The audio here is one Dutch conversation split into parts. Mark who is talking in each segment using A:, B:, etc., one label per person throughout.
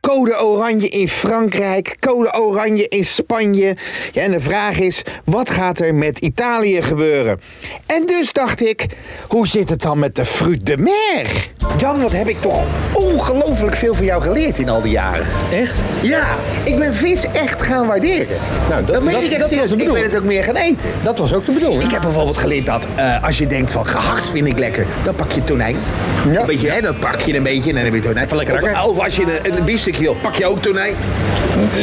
A: Code oranje in Frankrijk, code oranje in Spanje. Ja, en de vraag is, wat gaat er met Italië gebeuren? En dus dacht ik, hoe zit het dan met de fruit de mer? Jan, wat heb ik toch ongelooflijk veel van jou geleerd in al die jaren.
B: Echt?
A: Ja, ik ben vis echt gaan waarderen.
B: Nou, dat-
A: meen
B: dat-
A: ik echt
B: dat was de
A: serieus. Ik ben
B: bedoeling.
A: het ook meer gaan eten.
B: Dat was ook de bedoeling.
A: Ik heb bijvoorbeeld geleerd dat eh, als je denkt van gehakt vind ik lekker, dan pak je tonijn.
B: Ja.
A: Een beetje, hè, dat pak je een beetje en dan heb je tonijn. Van
B: lekker
A: of,
B: hakken.
A: of als je een, een biefstukje wil, pak je ook tonijn.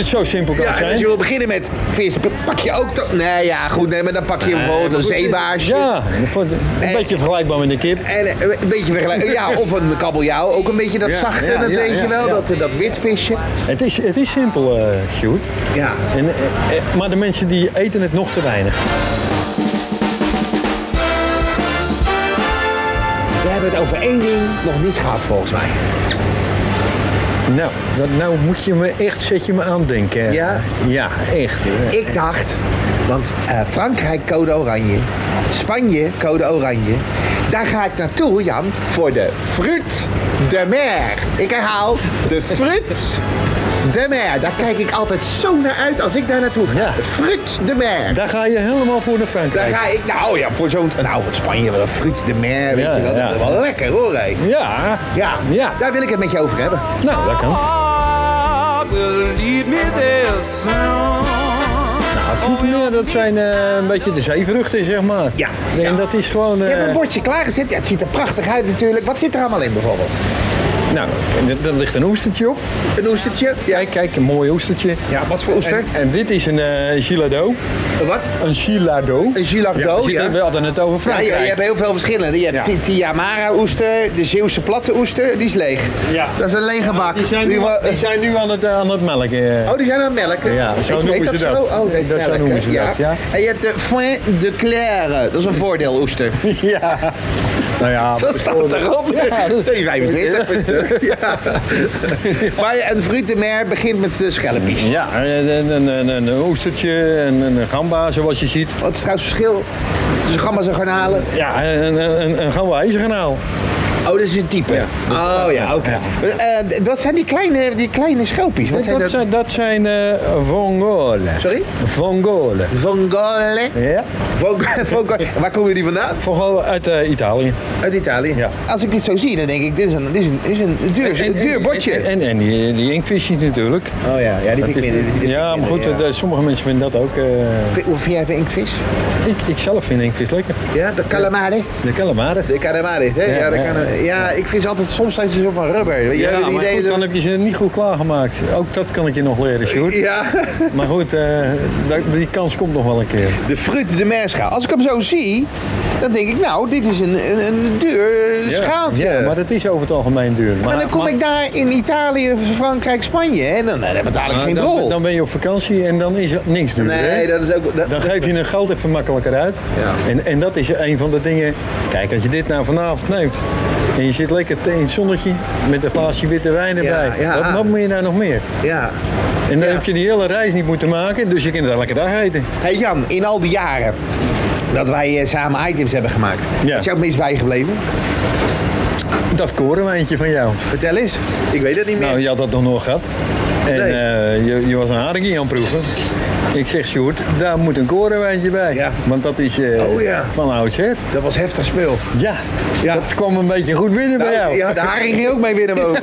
B: Zo simpel kan
A: Ja,
B: het
A: en als
B: zijn.
A: je wil beginnen met vis, pak je ook tonijn. Nee, ja, goed, nee, maar dan pak je bijvoorbeeld een zeebaasje.
B: Eh, Ja, voor- een
A: En-
B: beetje vergelijkbaar met een kip.
A: En eh, een beetje vergelijken. Ja, of een kabeljauw. Ook een beetje dat
B: Ja,
A: zachte,
B: ja,
A: dat
B: ja,
A: weet
B: ja,
A: je wel.
B: ja.
A: Dat, dat witvisje.
B: Het is, het is simpel, eh Sjoerd.
A: Ja.
B: En, eh, eh, maar de mensen die eten het nog te weinig.
A: We hebben het over één ding nog niet gehad, volgens mij.
B: Nou, dat, nou moet je me echt, zet je me aan denken.
A: Ja?
B: Ja, echt.
A: Ik dacht, want eh, Frankrijk code oranje, Spanje code oranje. Daar ga ik naartoe, Jan, voor de fruit de mer. Ik herhaal, de fruit de mer. Daar kijk ik altijd zo naar uit als ik daar naartoe ga.
B: Ja.
A: De fruit de mer.
B: Daar ga je helemaal voor naar
A: Daar
B: Frankrijk.
A: ga ik, nou ja, voor zo'n, nou voor Spanje wel, fruit de mer, weet
B: Ja,
A: je wel. Dat
B: ja.
A: is wel lekker hoor, hé.
B: Ja.
A: Ja,
B: Ja.
A: daar wil ik het met je over hebben.
B: Nou, dat kan.
C: Ah, will lead me there soon.
B: Nou, vroeger, dat zijn eh, een beetje de zeevruchten, zeg maar.
A: Ja.
B: En
A: Ja.
B: dat is gewoon...
A: Je
B: eh,
A: hebt een bordje klaargezet. Ja, het ziet er prachtig uit natuurlijk. Wat zit er allemaal in bijvoorbeeld?
B: nou, d- daar ligt een oestertje op.
A: Een oestertje? Ja.
B: Kijk, kijk, een mooi oestertje.
A: Ja, wat voor oester?
B: En, en dit is een eh gilado.
A: Een Wat?
B: Een gilado.
A: Een
B: Ja,
A: gilardo,
B: we
A: ja.
B: zitten- We hadden het over
A: Ja,
B: Frankrijk.
A: je, je hebt heel veel verschillende. Je hebt
B: Ja.
A: Ti- Tiamara-oester, de Zeeuwse platte oester, die is leeg.
B: Ja.
A: Dat is een lege bak.
B: Die zijn nu,
A: wa-
B: die zijn nu aan, het, eh, aan het melken. eh.
A: Oh, die zijn aan het melken.
B: Ja, zo
A: Ik
B: noemen
A: weet
B: ze dat.
A: Zo. Oh,
B: Nee, dat zo
A: melken,
B: noemen ze dat, ja.
A: En je hebt de foin de claire. Dat is een voordeeloester.
B: Ja. Nou ja.
A: Oh. Dat staat erop.
B: Ja, dat-
A: 2,25. ja. Maar een fruit de mer begint met de schelpjes.
B: Ja, een, een, een, een- een oestertje, een, een gamba zoals je ziet.
A: Wat is trouwens het verschil tussen gamma's en garnalen?
B: Ja, een, een, een gamba ijzergranaal.
A: Oh, dat is een type. Oh ja, oké. Eh, d- dat zijn die kleine, die kleine schelpjes. Wat zijn
B: Dat
A: dat?
B: zijn, dat zijn eh, vongolen.
A: Sorry?
B: Vongolen.
A: Vongole.
B: Ja?
A: Vong- vongole. Waar komen die vandaan?
B: Vongolen uit eh, Italië.
A: Uit Italië.
B: Ja.
A: Als ik dit zo zie, dan denk ik, dit is een, dit is een, dit is een duur, een duur bordje.
B: En, en, en die, die inkvisjes natuurlijk.
A: oh ja, ja die
B: Dat
A: vind ik
B: is-
A: minder. die vind ik
B: ja, maar
A: minder,
B: goed,
A: ja.
B: eh, sommige mensen vinden dat ook. eh.
A: Vind- Hoe vind jij even inktvis?
B: ik, ik zelf vind inktvis lekker.
A: Ja, de calamaris.
B: De calamari.
A: De calamaris, hè? Ja,
B: Ja,
A: de
B: ja.
A: cala- ja, ik vind ze altijd soms zijn ze zo van rubber. Jij
B: Ja,
A: hebt het
B: maar
A: idee
B: goed,
A: dat-
B: dan heb je ze niet goed klaargemaakt. Ook dat kan ik je nog leren, Sjoerd.
A: Ja,
B: Maar goed, eh, dat- die kans komt nog wel een keer.
A: de fruit de mer schaal. Als ik hem zo zie, dan denk ik, nou, dit is een, een, een duur eh, schaaltje.
B: Ja, maar
A: maar
B: dat is over het algemeen duur. Maar,
A: dan kom
B: maar-
A: ik daar in Italië, Frankrijk, Spanje en dan, dan betaal ik
B: maar
A: geen
B: Ah, dan-
A: drol.
B: Dan ben je op vakantie en dan is er niks duurder. hè?
A: nee, dat is ook... dat-
B: Dan geef je een geld even makkelijker uit.
A: Ja.
B: En, en dat is een van de dingen. Kijk, als je dit nou vanavond neemt. En je zit lekker in het zonnetje met een glaasje witte wijn erbij.
A: ja.
B: Wat, wat moet je nou nog meer?
A: Ja.
B: En dan heb je die hele reis niet moeten maken. Dus je kunt het elke dag eten.
A: Hey Jan, in al die jaren dat wij eh, samen items hebben gemaakt,
B: Ja.
A: wat is jou het meest bijgebleven?
B: Dat korenwijntje van jou.
A: Vertel eens. Ik weet het niet meer.
B: Nou, je had dat nog nooit gehad. En
A: Nee.
B: eh, je, je was een haringie aan het proeven. Ik zeg, Sjoerd, daar moet een korenwijntje bij.
A: Ja.
B: Want dat is eh,
A: Oh, ja.
B: van oudsher.
A: dat was heftig spul.
B: Ja.
A: Ja. Nou,
B: dat kwam een beetje goed binnen bij jou.
A: ja, de haring ging ook mee binnen boven.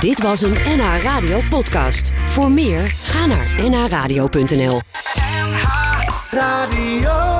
D: Dit was een NH Radio podcast. Voor meer, ga naar nhradio.nl.
C: Radio.